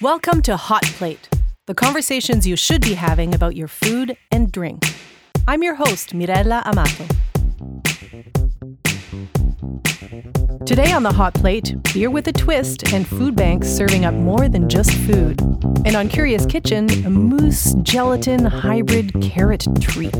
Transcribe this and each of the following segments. Welcome to Hot Plate, the conversations you should be having about your food and drink. I'm your host, Mirella Amato. Today on the Hot Plate, beer with a twist and food banks serving up more than just food. And on Curious Kitchen, a mousse gelatin hybrid carrot treat.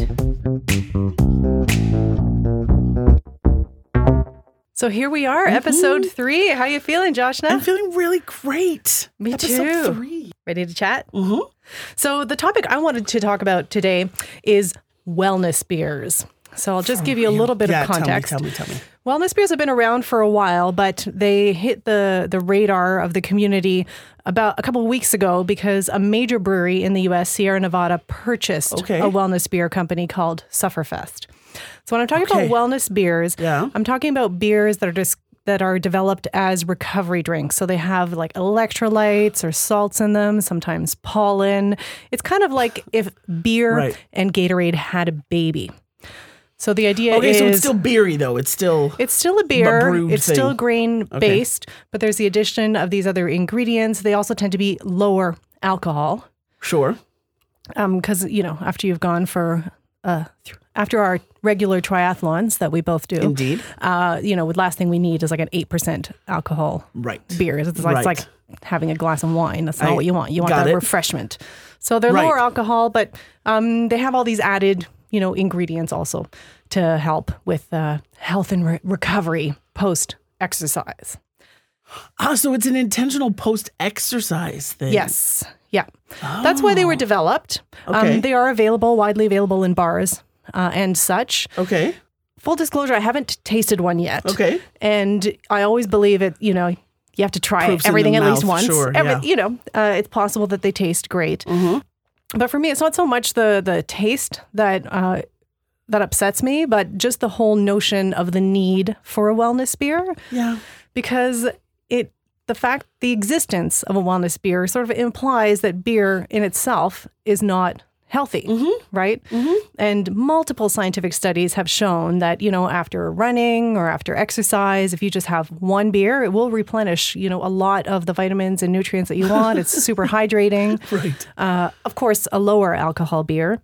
So here we are, episode three. How you feeling, Joshna? I'm feeling really great. Me Episode too. three. Ready to chat? Mhm. So, the topic I wanted to talk about today is wellness beers. So, I'll just give you a little bit yeah, of context. Tell me, tell me, tell me. Wellness beers have been around for a while, but they hit the, the radar of the community about a couple of weeks ago because a major brewery in the US, Sierra Nevada, purchased Okay. a wellness beer company called Sufferfest. So, when I'm talking Okay. about wellness beers, Yeah. I'm talking about beers that are just that are developed as recovery drinks. So they have like electrolytes or salts in them, sometimes pollen. It's kind of like if beer Right. and Gatorade had a baby. So the idea Okay, is so it's still beery though. It's still it's still a beer. brewed It's still thing. grain based, but there's the addition of these other ingredients. They also tend to be lower alcohol sure. because you know after you've gone for uh, th- after our regular triathlons that we both do, Indeed. uh, you know, the last thing we need is like an eight percent alcohol Right. beer. It's like, it's Right. like having a glass of wine. That's not I what you want. You want got that it. refreshment. So they're Right. lower alcohol, but um, they have all these added, you know, ingredients also to help with uh, health and re- recovery post exercise. Ah, so it's an intentional post-exercise thing. Yes. Yeah. That's why they were developed. Oh. Okay. Um, they are available, widely available in bars uh, and such. Okay. Full disclosure, I haven't tasted one yet. Okay. And I always believe it, you know, you have to try Proofs in everything the at least mouth, once. sure, yeah. You know, uh, it's possible that they taste great. Mm-hmm. But for me, it's not so much the the taste that uh, that upsets me, but just the whole notion of the need for a wellness beer Yeah. because it the fact the existence of a wellness beer sort of implies that beer in itself is not healthy right and multiple scientific studies have shown that you know after running or after exercise if you just have one beer it will replenish you know a lot of the vitamins and nutrients that you want it's super hydrating Right. uh, of course, a lower alcohol beer.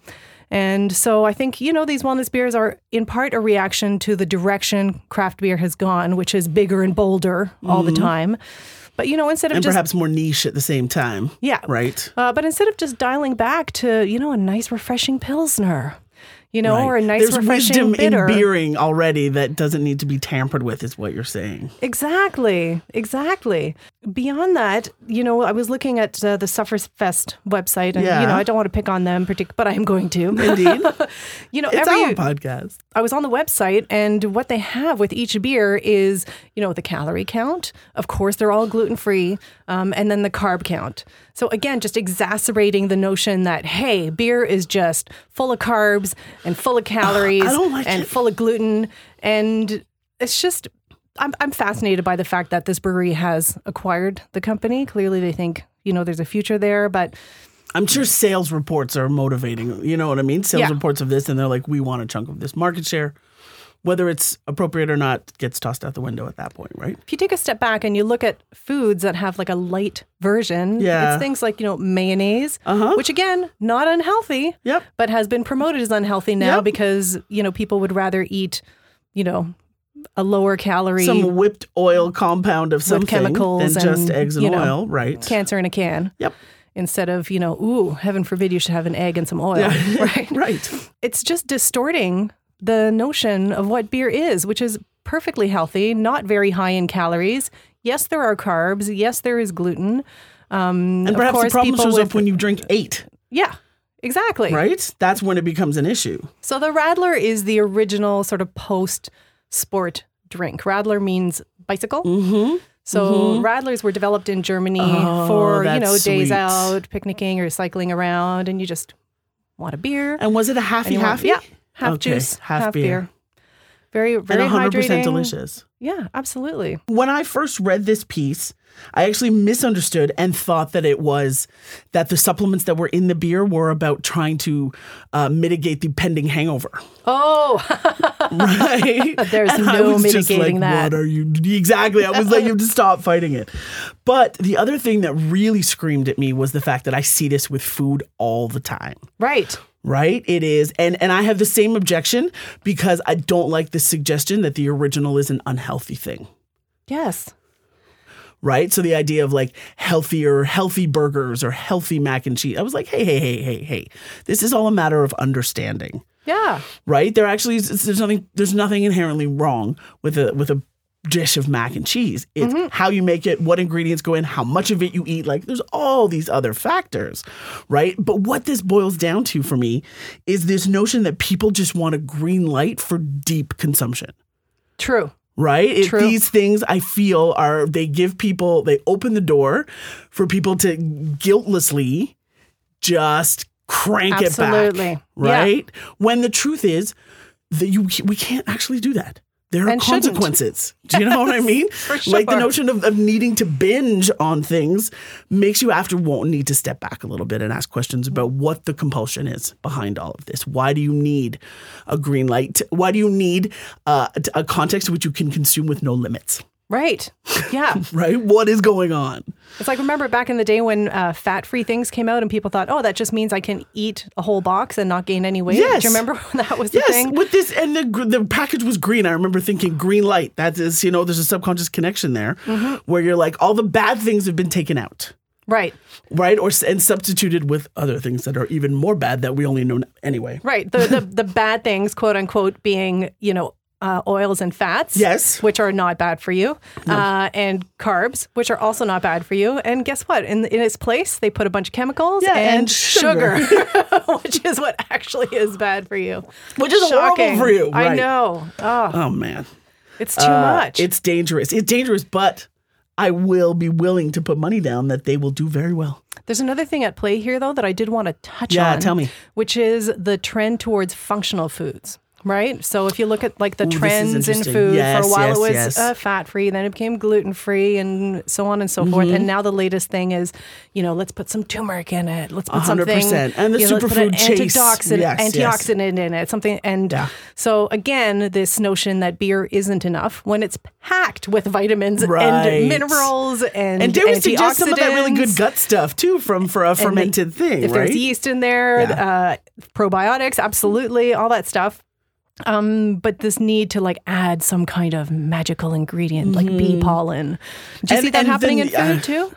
And so I think, you know, these wellness beers are in part a reaction to the direction craft beer has gone, which is bigger and bolder all the time. But, you know, instead of Mm-hmm. just, And perhaps more niche at the same time. yeah. Right. Uh, but instead of just dialing back to, you know, a nice, refreshing Pilsner, you know, Oh, or a Right. nice, There's refreshing wisdom bitter. in beering already that doesn't need to be tampered with, is what you're saying. Exactly, exactly. Beyond that, you know, I was looking at uh, the Sufferfest website, and you Yeah. know, I don't want to pick on them, partic- but I am going to. Indeed, you know, It's every our podcast. I was on the website, and what they have with each beer is, you know, the calorie count. Of course, they're all gluten free, um, and then the carb count. So again, just exacerbating the notion that hey, beer is just full of carbs and full of calories don't like and it. full of gluten, and it's just. I'm, I'm fascinated by the fact that this brewery has acquired the company. Clearly, they think you know there's a future there, but I'm sure sales reports are motivating. You know what I mean? Sales Yeah. reports of this, and they're like, we want a chunk of this market share. Whether it's appropriate or not gets tossed out the window at that point, right? if you take a step back and you look at foods that have like a light version, Yeah. Uh-huh. it's things like, you know, mayonnaise, which again, not unhealthy, Yep. but has been promoted as unhealthy now Yep. because, you know, people would rather eat, you know, a lower calorie Some whipped oil compound of something chemicals than just and, eggs and you know, oil, right? cancer in a can Yep. instead of, you know, ooh, heaven forbid you should have an egg and some oil, right? Right. It's just distorting the notion of what beer is, which is perfectly healthy, not very high in calories. Yes, there are carbs. Yes, there is gluten. Um, And of perhaps the course, problem people shows with, up when you drink eight, yeah, exactly. right? That's when it becomes an issue. So the Radler is the original sort of post sport drink. Radler means bicycle. Mm-hmm. So Radlers were developed in Germany for you Oh, that's know days sweet. out picnicking or cycling around, and you just want a beer. And was it a halfy and you want- halfy? Yeah, half Okay, juice, half, half beer. beer. Very, very and 100% hydrating. delicious. Yeah, absolutely. When I first read this piece, I actually misunderstood and thought that it was that the supplements that were in the beer were about trying to uh, mitigate the pending hangover. Oh, Right? There's And I no was just mitigating like, that. What are you? Exactly. I was like, you have to stop fighting it. But the other thing that really screamed at me was the fact that I see this with food all the time right. right it is and and i have the same objection because i don't like the suggestion that the original is an unhealthy thing Yes. right so the idea of like healthier healthy burgers or healthy mac and cheese i was like hey hey hey hey hey this is all a matter of understanding Yeah. right there actually is, there's nothing there's nothing inherently wrong with a with a dish of mac and cheese it's how you make it what ingredients go in how much of it you eat like there's all these other factors right but what this boils down to for me is this notion that people just want a green light for deep consumption True. right? It, True. These things I feel are they give people they open the door for people to guiltlessly just crank it Absolutely. back, Yeah. right? When the truth is that you we can't actually do that. There are And shouldn't. consequences. Do you know what I mean? for Like the sure. notion of, of needing to binge on things makes you after won't need to step back a little bit and ask questions about what the compulsion is behind all of this. Why do you need a green light? Why do you need uh, a context which you can consume with no limits? Right. Yeah. Right? What is going on? It's like remember back in the day when uh, fat-free things came out, and people thought, "Oh, that just means I can eat a whole box and not gain any weight." Yes. Do you remember when that was the Yes, thing? with this, and the gr- the package was green. I remember thinking green light. That is, you know, there's a subconscious connection there where you're like, all the bad things have been taken out. Right. right? Or s- and substituted with other things that are even more bad that we only know n- anyway. Right. The the, the bad things, quote unquote, being you know. Uh, oils and fats, Yes. which are not bad for you, uh, and carbs, which are also not bad for you. And guess what? In in its place, they put a bunch of chemicals Yeah, and, and sugar. sugar, which is what actually is bad for you. Which is horrible Shocking for you, I right. know. Oh, Oh man, it's too Uh, much. It's dangerous. It's dangerous, but I will be willing to put money down that they will do very well. There's another thing at play here, though, that I did want to touch Yeah, on. tell me. Which is the trend towards functional foods, right? So if you look at like the is trends in interesting. food, Yes, for a while yes, it was yes. uh, fat free, then it became gluten free, and so on and so forth. Mm-hmm. And now the latest thing is, you know, let's put some turmeric in it. Let's put something 100%. And the you know, let's put an superfood chase. antioxidant, Yes, yes. antioxidant in it, something. And Yeah. so again, this notion that beer isn't enough when it's packed with vitamins Right. and minerals and And dare we suggest some of that really antioxidants good gut stuff too from for a and the- fermented thing, If right? there's yeast in there, uh, probiotics, absolutely, all that stuff. Um, but this need to like add some kind of magical ingredient, like bee pollen. Do you Mm-hmm. And- see that and happening then, in food too?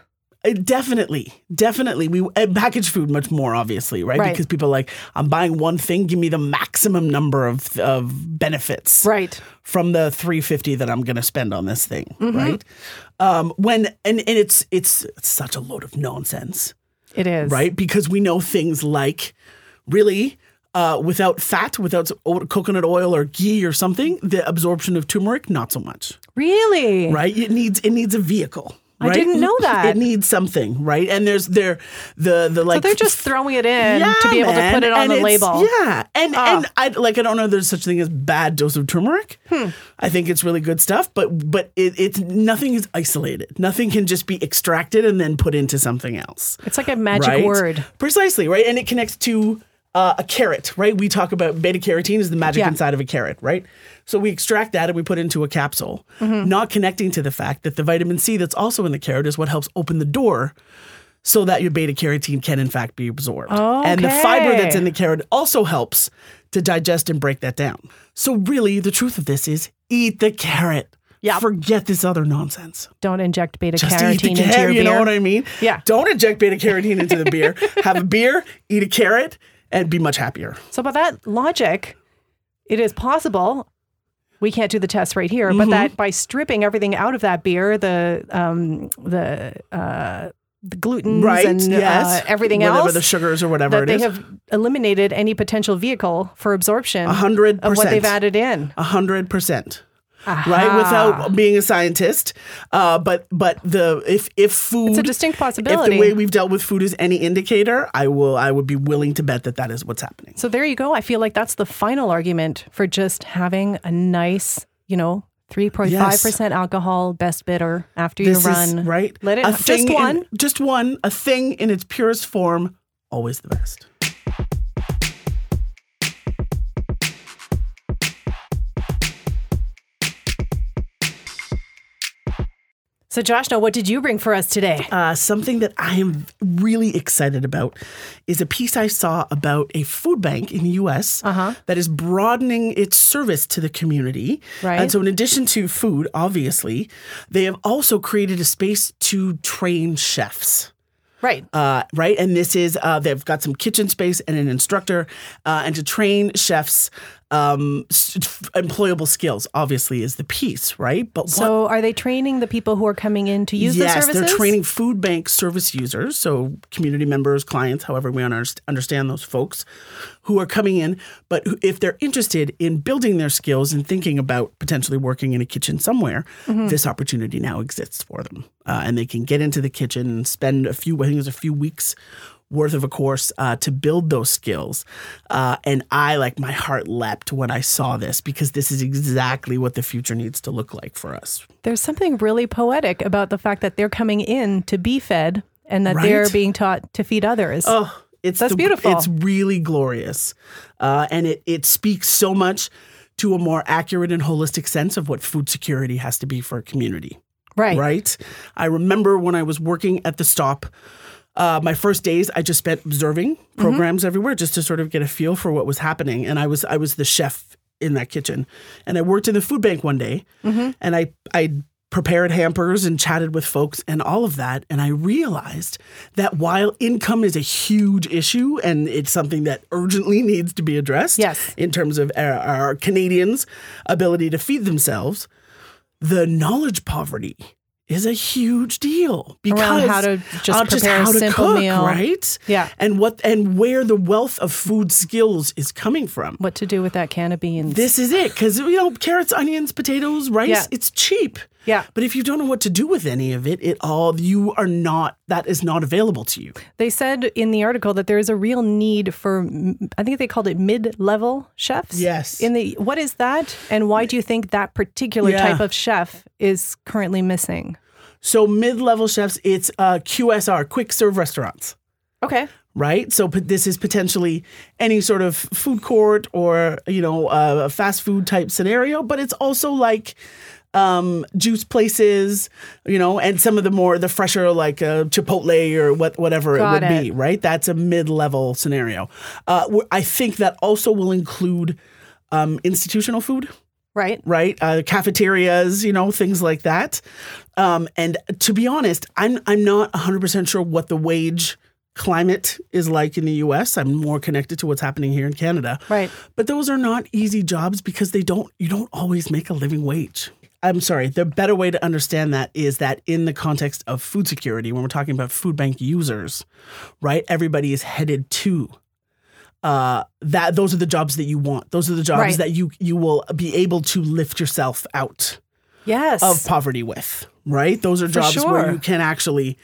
Uh, definitely, definitely. We and packaged food much more obviously, right? Right. Because people are like, I'm buying one thing, give me the maximum number of of benefits, Right. from the 350 that I'm going to spend on this thing, Mm-hmm. right? Um, when and, and it's it's such a load of nonsense, It is. right? Because we know things like really uh, without fat, without o- coconut oil or ghee or something, the absorption of turmeric not so much, Really? right? It needs it needs a vehicle. I right? didn't know that. It needs something, right? And there's there the the like They're just throwing it in yeah, to be able man. to put it on And the it's- label. Ah. Yeah, and and I like I don't know if there's such thing as bad dose of turmeric. Hmm. I think it's really good stuff, but but it, it's nothing is isolated. Nothing can just be extracted and then put into something else. It's like a magic right? word. precisely right, and it connects to. Uh, a carrot, right? We talk about beta carotene is the magic Yeah. inside of a carrot, right? So we extract that and we put it into a capsule, Mm-hmm. not connecting to the fact that the vitamin C that's also in the carrot is what helps open the door so that your beta carotene can in fact be absorbed. And the fiber that's in the carrot also helps to digest and break that down. So really the truth of this is eat the carrot. Yep. Forget this other nonsense. Don't inject beta Just carotene eat the into your carrot, you know beer. what I mean? Yeah. Don't inject beta carotene into the beer. Have a beer, eat a carrot, and be much happier. So by that logic, it is possible. We can't do the test right here, Mm-hmm. but that by stripping everything out of that beer, the um, the uh, the gluten Right? and yes. uh, everything Whatever else, the sugars or whatever that it they is. have eliminated any potential vehicle for absorption hundred of what percent. they've added in. A hundred percent. Right, Aha. without being a scientist, uh, but but the if if food It's a distinct if possibility. the way we've dealt with food is any indicator, I will I would be willing to bet that that is what's happening. so there you go. I feel like that's the final argument for just having a nice, you know, 3.5% Yes. alcohol, best bitter after This you is run. right. Let it A thing just in- one. just one. A thing in its purest form, always the best. so, Josh, now what did you bring for us today? Uh, something that I am really excited about is a piece I saw about a food bank in the U.S. Uh-huh. that is broadening its service to the community. Right. And so, in addition to food, obviously, they have also created a space to train chefs. Right. uh, right? And this is uh, they've got some kitchen space and an instructor, uh, and to train chefs, um, s- f- employable skills obviously is the piece, right? But what- So, are they training the people who are coming in to use the yes, services? they're training food bank service users, so community members, clients, however we underst- understand those folks who are coming in. But who- if they're interested in building their skills and thinking about potentially working in a kitchen somewhere, Mm-hmm. this opportunity now exists for them, uh, and they can get into the kitchen and spend a few. I think it was a few weeks. Worth of a course uh, to build those skills. Uh, and I, like, my heart leapt when I saw this because this is exactly what the future needs to look like for us. There's something really poetic about the fact that they're coming in to be fed and that they're Right? being taught to feed others. Oh, it's That's the- beautiful. It's really glorious, uh, and it it speaks so much to a more accurate and holistic sense of what food security has to be for a community. right. Right? I remember when I was working at the stop. Uh, my first days, I just spent observing Mm-hmm. programs everywhere just to sort of get a feel for what was happening. And I was I was the chef in that kitchen, and I worked in the food bank one day, Mm-hmm. and I I prepared hampers and chatted with folks and all of that. And I realized that while income is a huge issue and it's something that urgently needs to be addressed, Yes. in terms of our, our Canadians' ability to feed themselves, the knowledge poverty is a huge deal because how to just uh, prepare a simple cook, meal. right? Yeah. and what and where the wealth of food skills is coming from. What to do with that can of beans? This is it because you know carrots, onions, potatoes, rice. Yeah. It's cheap. Yeah. but if you don't know what to do with any of it, it all you are not that is not available to you. They said in the article that there is a real need for, m- I think they called it mid-level chefs. Yes. In the what is that, and why do you think that particular Yeah. type of chef is currently missing? So mid-level chefs, it's uh, QSR, quick serve restaurants. Okay. right? So but this is potentially any sort of food court or you know uh, a fast food type scenario, but it's also like um, juice places, you know, and some of the more the fresher like uh, Chipotle or what whatever Got it would it. be, right? That's a mid level scenario. Uh, wh- I think that also will include um, institutional food Right. right? Uh, cafeterias, you know, things like that. Um, and to be honest, I'm I'm not 100% sure what the wage climate is like in the US. I'm more connected to what's happening here in Canada. Right. But those are not easy jobs because they don't you don't always make a living wage. I'm sorry, the better way to understand that is that in the context of food security, when we're talking about food bank users, right? Everybody is headed to uh, that those are the jobs that you want. Those are the jobs Right. that you you will be able to lift yourself out Yes. of poverty with. Right? Those are jobs sure. where you can actually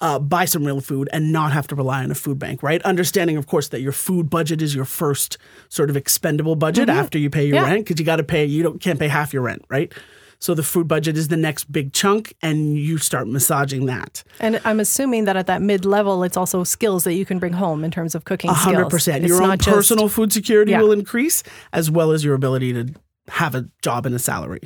uh, buy some real food and not have to rely on a food bank. Right? Understanding, of course, that your food budget is your first sort of expendable budget after you pay your Mm-hmm. Yeah. rent because you got to pay you don't can't pay half your rent. Right? So the food budget is the next big chunk, and you start massaging that. and I'm assuming that at that mid-level, it's also skills that you can bring home in terms of cooking skills. hundred percent. It's Your own not just- personal food security Yeah. will increase, as well as your ability to have a job and a salary.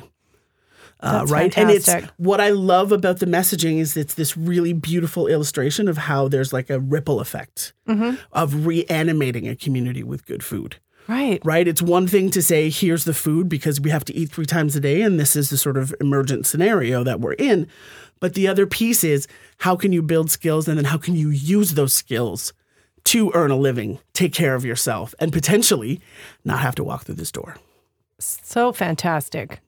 Uh, That's right, and fantastic. it's what I love about the messaging is it's this really beautiful illustration of how there's like a ripple effect Mm-hmm. of reanimating a community with good food Right. right? It's one thing to say, here's the food because we have to eat three times a day, and this is the sort of emergent scenario that we're in. But the other piece is, how can you build skills and then how can you use those skills to earn a living, take care of yourself, and potentially not have to walk through this door? So fantastic.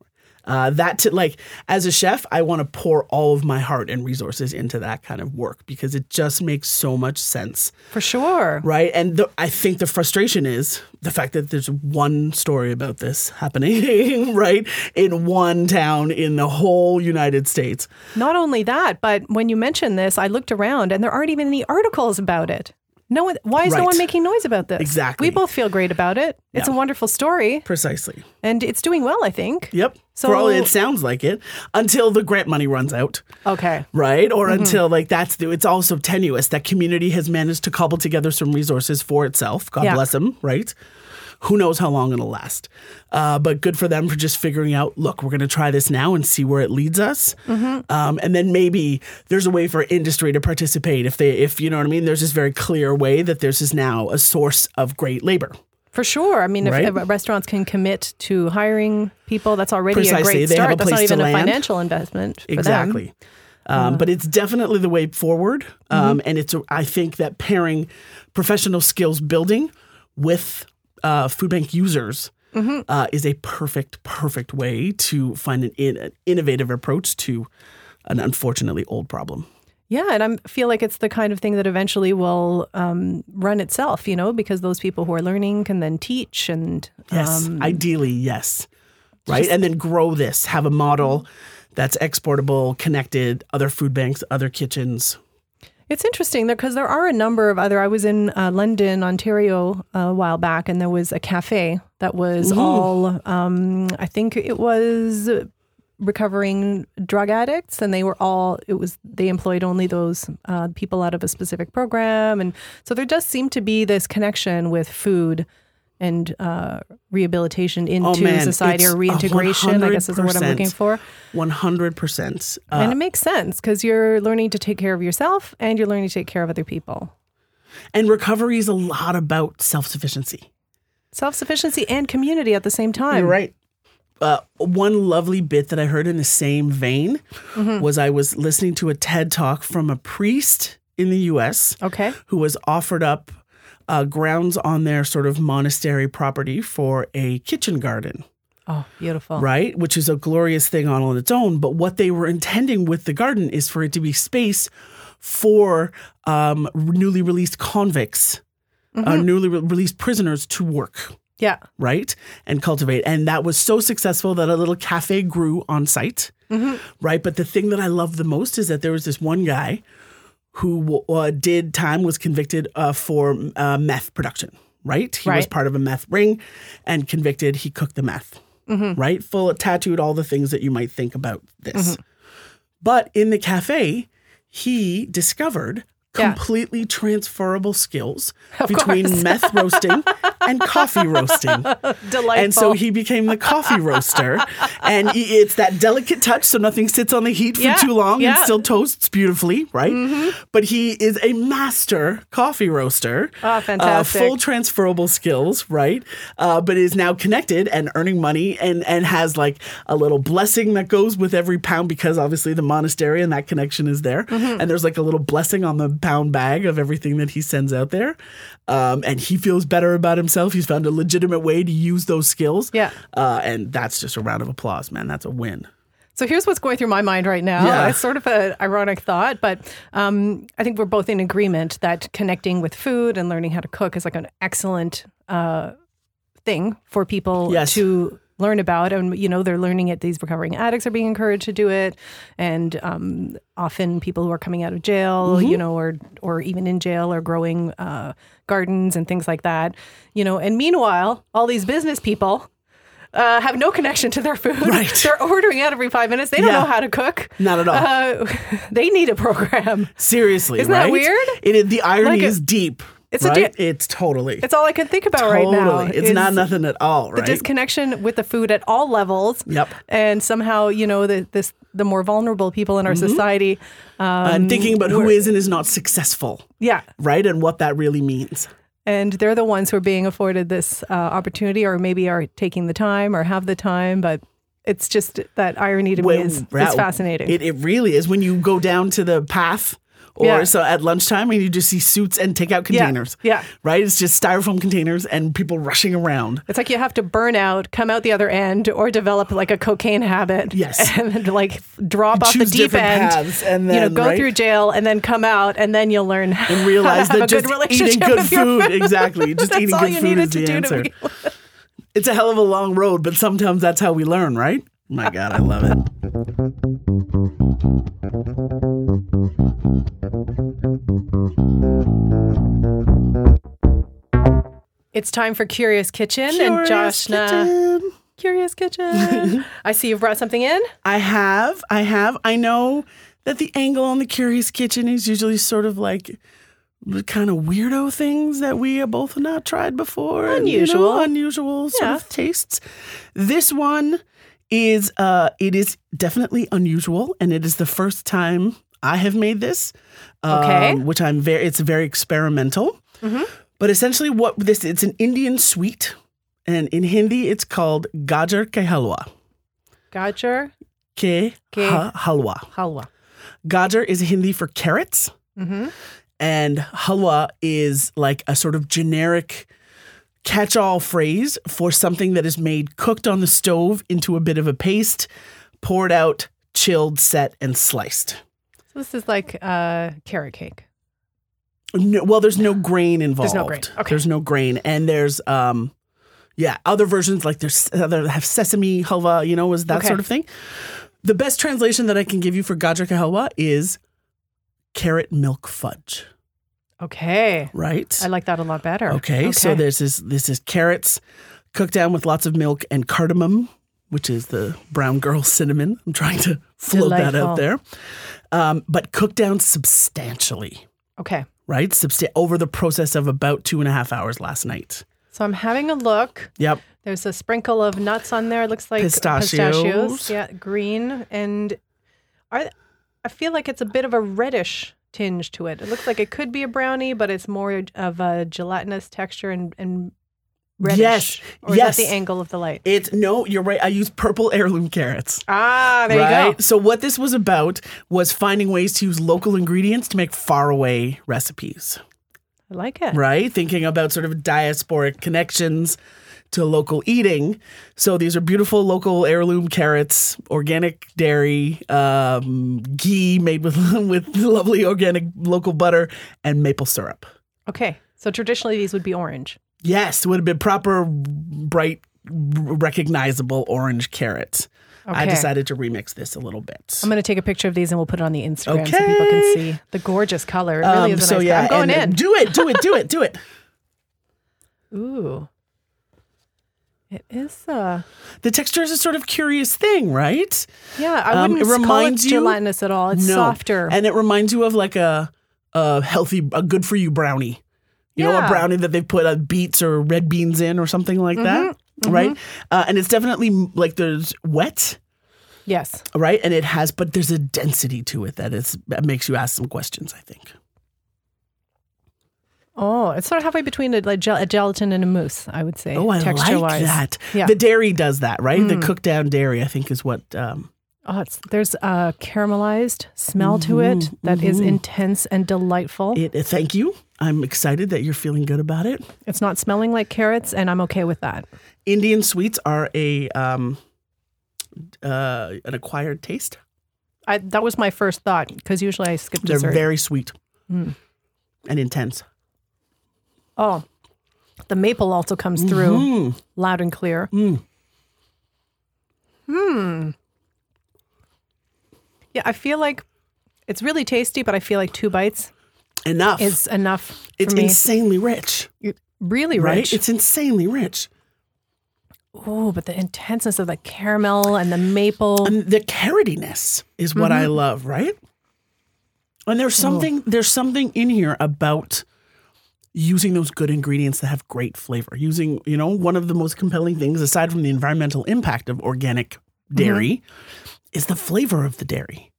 Uh, that to like as a chef, I want to pour all of my heart and resources into that kind of work because it just makes so much sense For sure. right? And the, I think the frustration is the fact that there's one story about this happening, right, in one town in the whole United States. Not only that, but when you mentioned this, I looked around and there aren't even any articles about it. No one, why is no Right. one making noise about this? Exactly. We both feel great about it. It's a wonderful story Precisely. and it's doing well, I think. Yep. So for all it sounds like it, until the grant money runs out, okay. right? Or until like that's the, it's also tenuous. That community has managed to cobble together some resources for itself. God Yeah. bless them, right? Who knows how long it'll last? Uh, but good for them for just figuring out. Look, we're going to try this now and see where it leads us, um, and then maybe there's a way for industry to participate if they, if you know what I mean. There's this very clear way that there's is now a source of great labor. For sure. I mean, if, Right? if restaurants can commit to hiring people, that's already a Precisely. great They have start. a that's not place to even a land. financial investment for them. Uh. exactly. Um, but it's definitely the way forward, Mm-hmm. um, and it's I think that pairing professional skills building with uh, food bank users Mm-hmm. uh, is a perfect, perfect way to find an, in, an innovative approach to an unfortunately old problem. Yeah, and I feel like it's the kind of thing that eventually will um, run itself, you know, because those people who are learning can then teach and um, Yes, Um, ideally, yes, right, and then grow this, have a model that's exportable, connected, other food banks, other kitchens. It's interesting because there are a number of other. I was in uh, London, Ontario, uh, a while back, and there was a cafe that was all. Um, I think it was recovering drug addicts, and they were all. It was they employed only those uh, people out of a specific program, and so there does seem to be this connection with food and uh, rehabilitation into Oh, man, society it's or a reintegration. I guess is what I'm 100%. looking for. One hundred percent. Uh, and it makes sense because you're learning to take care of yourself and you're learning to take care of other people. And recovery is a lot about self sufficiency. Self sufficiency and community at the same time. right. Uh, one lovely bit that I heard in the same vein Mm-hmm. was I was listening to a TED talk from a priest in the US Okay. who was offered up uh, grounds on their sort of monastery property for a kitchen garden. Oh, beautiful. Right, which is a glorious thing all on its own. But what they were intending with the garden is for it to be space for um, newly released convicts, uh, Mm-hmm. newly re- released prisoners to work, Yeah. right, and cultivate. And that was so successful that a little cafe grew on site, right. But the thing that I love the most is that there was this one guy who uh, did time was convicted uh, for uh, meth production. Right, he was Right. part of a meth ring, and convicted. He cooked the meth right? Full tattooed, all the things that you might think about this. Mm-hmm. But in the cafe, he discovered Yeah. completely transferable skills between meth roasting and coffee roasting. Delightful. And so he became the coffee roaster. and he- it's that delicate touch, so nothing sits on the heat for Yeah, too long and yeah. Mm-hmm. still toasts beautifully, right? But he is a master coffee roaster. Uh, Ah, fantastic. full transferable skills, right? Uh, but is now connected and earning money and, and has like a little blessing that goes with every pound because obviously the monastery and that connection is there. Mm-hmm. And there's like a little blessing on the pound bag of everything that he sends out there. Um, and he feels better about himself. He's found a legitimate way to use those skills. Yeah. Uh, and that's just a round of applause, man. That's a win. So here's what's going through my mind right now. Yeah. It's sort of an ironic thought, but um, I think we're both in agreement that connecting with food and learning how to cook is like an excellent uh, thing for people Yes. to learn about. And, you know, they're learning it. These recovering addicts are being encouraged to do it. And um, often people who are coming out of jail, Mm-hmm. you know, or, or even in jail or growing uh, gardens and things like that, you know. And meanwhile, all these business people uh, have no connection to their food. Right. They're ordering out every five minutes. They don't Yeah. know how to cook. Not at all. Uh, they need a program. Seriously, Isn't right? that weird? It, is- the irony Like a- is deep. It's a right? di- it's totally. It's all I can think about totally. right now. It's is not nothing at all, The right? disconnection with the food at all levels. Yep. And somehow, you know, the, this the more vulnerable people in our Mm-hmm. society. Um, Uh, and thinking about who is and is not successful, yeah. right? And what that really means. And they're the ones who are being afforded this uh, opportunity, or maybe are taking the time or have the time. But it's just that irony to me Well, is, is that- fascinating. It, it really is when you go down to the path or Yeah. so at lunchtime and you just see suits and takeout containers. yeah. Right? It's just styrofoam containers and people rushing around. It's like you have to burn out, come out the other end, or develop like a cocaine habit. Yes. And then, like drop off the choose deep different end. paths and you know, then, go right? through jail and then come out, and then you'll learn how And realize to have that a just good relationship eating good with your food, exactly. Just That's eating all good you food needed is to the do to answer. be- It's a hell of a long road, but sometimes that's how we learn, right? My God, I love it. It's time for Curious Kitchen and Curious Joshna. Kitchen. Curious Victoria's Kitchen. I see you've brought something in. I have. I have. I know that the angle on the Curious Kitchen is usually sort of like kind of weirdo things that we have both not tried before. and, you Unusual. know, unusual sort Yeah. of tastes. This one is uh it is definitely unusual and it is the first time I have made this. Okay. Mm-hmm. um, which I'm very it's very experimental. But essentially what this it's an Indian sweet and in Hindi it's called gajar ke halwa. Gajar Ke, Ke- ha- halwa. halwa. Gajar is Hindi for carrots, Mm-hmm. and halwa is like a sort of generic catch all phrase for something that is made cooked on the stove into a bit of a paste, poured out, chilled, set, and sliced. So this is like uh, carrot cake. No, well, there's no grain involved. no grain. Okay. There's no grain, and there's um, yeah, other versions like there's other that have sesame halwa, you know, is that Okay. sort of thing. The best translation that I can give you for gajar ka halwa is carrot milk fudge, Okay. right? I like that a lot better. Okay, so there's this this is carrots cooked down with lots of milk and cardamom, which is the brown girl cinnamon. I'm trying to float that Delightful. out there, um, but cooked down substantially, Okay. right? Substan- over the process of about two and a half hours last night. So I'm having a look. Yep, There's a sprinkle of nuts on there. It looks like Pistachios. pistachios. Yeah, green and are I feel like it's a bit of a reddish tinge to it. It looks like it could be a brownie, but it's more of a gelatinous texture and and reddish. Yes, Or is that yes. the angle of the light? it's no, you're right. I used purple heirloom carrots. Ah, there right? you go. So what this was about was finding ways to use local ingredients to make faraway recipes. I like it. right? Thinking about sort of diasporic connections to local eating. So these are beautiful local heirloom carrots, organic dairy, um, ghee made with with lovely organic local butter and maple syrup. Okay. So traditionally these would be orange. Yes, would have been proper, bright, recognizable orange carrots. I Okay. decided to remix this a little bit. I'm going to take a picture of these and we'll put it on the Instagram so people can Okay. see the gorgeous color. It really Um, is a so nice yeah, I'm going and- in. Do it, do it, do it, do it. Ooh. It is uh The texture is a sort of curious thing, right? Yeah, I Um, wouldn't it reminds call it you- gelatinous at all. It's No. softer. And it reminds you of like a a healthy, a good for you brownie. You know, Yeah. a brownie that they've put uh, beets or red beans in or something like that, Mm-hmm, right? Uh, and it's definitely mm, like there's wet, yes. right? And it has, but there's a density to it that is that makes you ask some questions. I think. Oh, it's sort of halfway between a, like gel- a gelatin and a mousse, I would say. Oh, I texture like wise. that. Yeah. Mm. The dairy does that, right? The cooked down dairy, I think, is what. Um, Oh, it's, there's a caramelized smell to it that is intense and delightful. Mm-hmm, it. uh, Thank you. I'm excited that you're feeling good about it. It's not smelling like carrots, and I'm okay with that. Indian sweets are a um, uh, an acquired taste. I, that was my first thought because usually I skip They're dessert. Mm. very sweet and intense. oh, the maple also comes through loud and clear. Mm-hmm. Hmm. Mm. Yeah, I feel like it's really tasty, but I feel like two bites Enough. is It's, enough. for me. insanely rich, really right? rich. It's insanely rich. Oh, but the intenseness of the caramel and the maple. And Um, the carrotiness is what Mm-hmm. I love, right? Oh. And there's something there's something in here about using those good ingredients that have great flavor. Using, you know, one of the most compelling things aside from the environmental impact of organic Mm-hmm. dairy is the flavor of the dairy.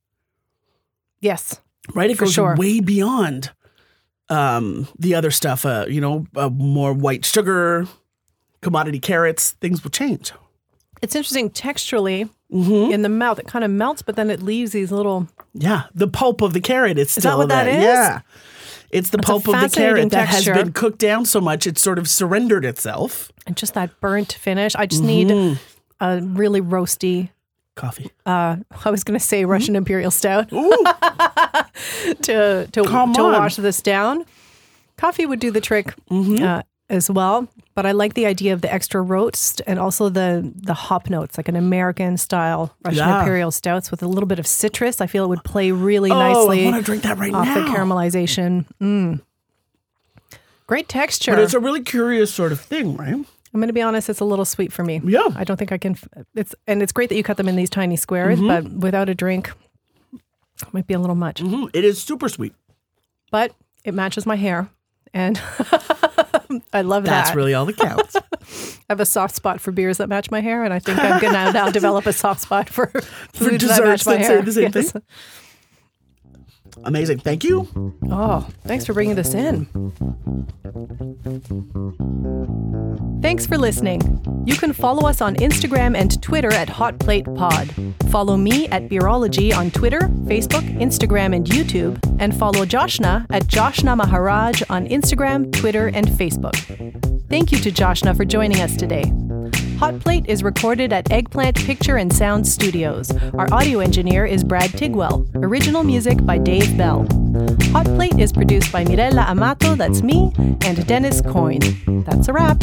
Yes. right? It For goes sure. way beyond um, the other stuff. Uh, you know, uh, more white sugar, commodity carrots. Things will change. It's interesting texturally Mm-hmm. in the mouth. It kind of melts, but then it leaves these little. Yeah, the pulp of the carrot. It's that still what that there. is? Yeah, it's the a pulp of the fascinating carrot that has texture. been cooked down so much it's sort of surrendered itself. And just that burnt finish. I just Mm-hmm. need a really roasty. Coffee. Uh, I was going to Hmm? say Russian Imperial Stout to to, to Come on. wash this down. Coffee would do the trick Mm-hmm. uh, as well, but I like the idea of the extra roast and also the the hop notes, like an American style Russian Yeah. Imperial Stouts with a little bit of citrus. I feel it would play really Oh, I nicely. want to drink that right off now. the caramelization. Mm. Great texture. But it's a really curious sort of thing, right? I'm going to be honest, it's a little sweet for me. Yeah. I don't think I can. f- It's and it's great that you cut them in these tiny squares, Mm-hmm. but without a drink, it might be a little much. Mhm. It is super sweet. But it matches my hair, and I love That's that. really all that counts. I have a soft spot for beers that match my hair, and I think I'm going to now develop a soft spot for foods that desserts match my that say hair. the same thing. Amazing. Thank you. Oh, thanks for bringing this in. Thanks for listening. You can follow us on Instagram and Twitter at Hot Plate Pod. Follow me at Beerology on Twitter, Facebook, Instagram, and YouTube, and follow Joshna at Joshna Maharaj on Instagram, Twitter, and Facebook. Thank you to Joshna for joining us today. Hot Plate is recorded at Eggplant Picture and Sound Studios. Our audio engineer is Brad Tigwell. Original music by Dave Bell. Hot Plate is produced by Mirella Amato, that's me, and Dennis Coyne. That's a wrap.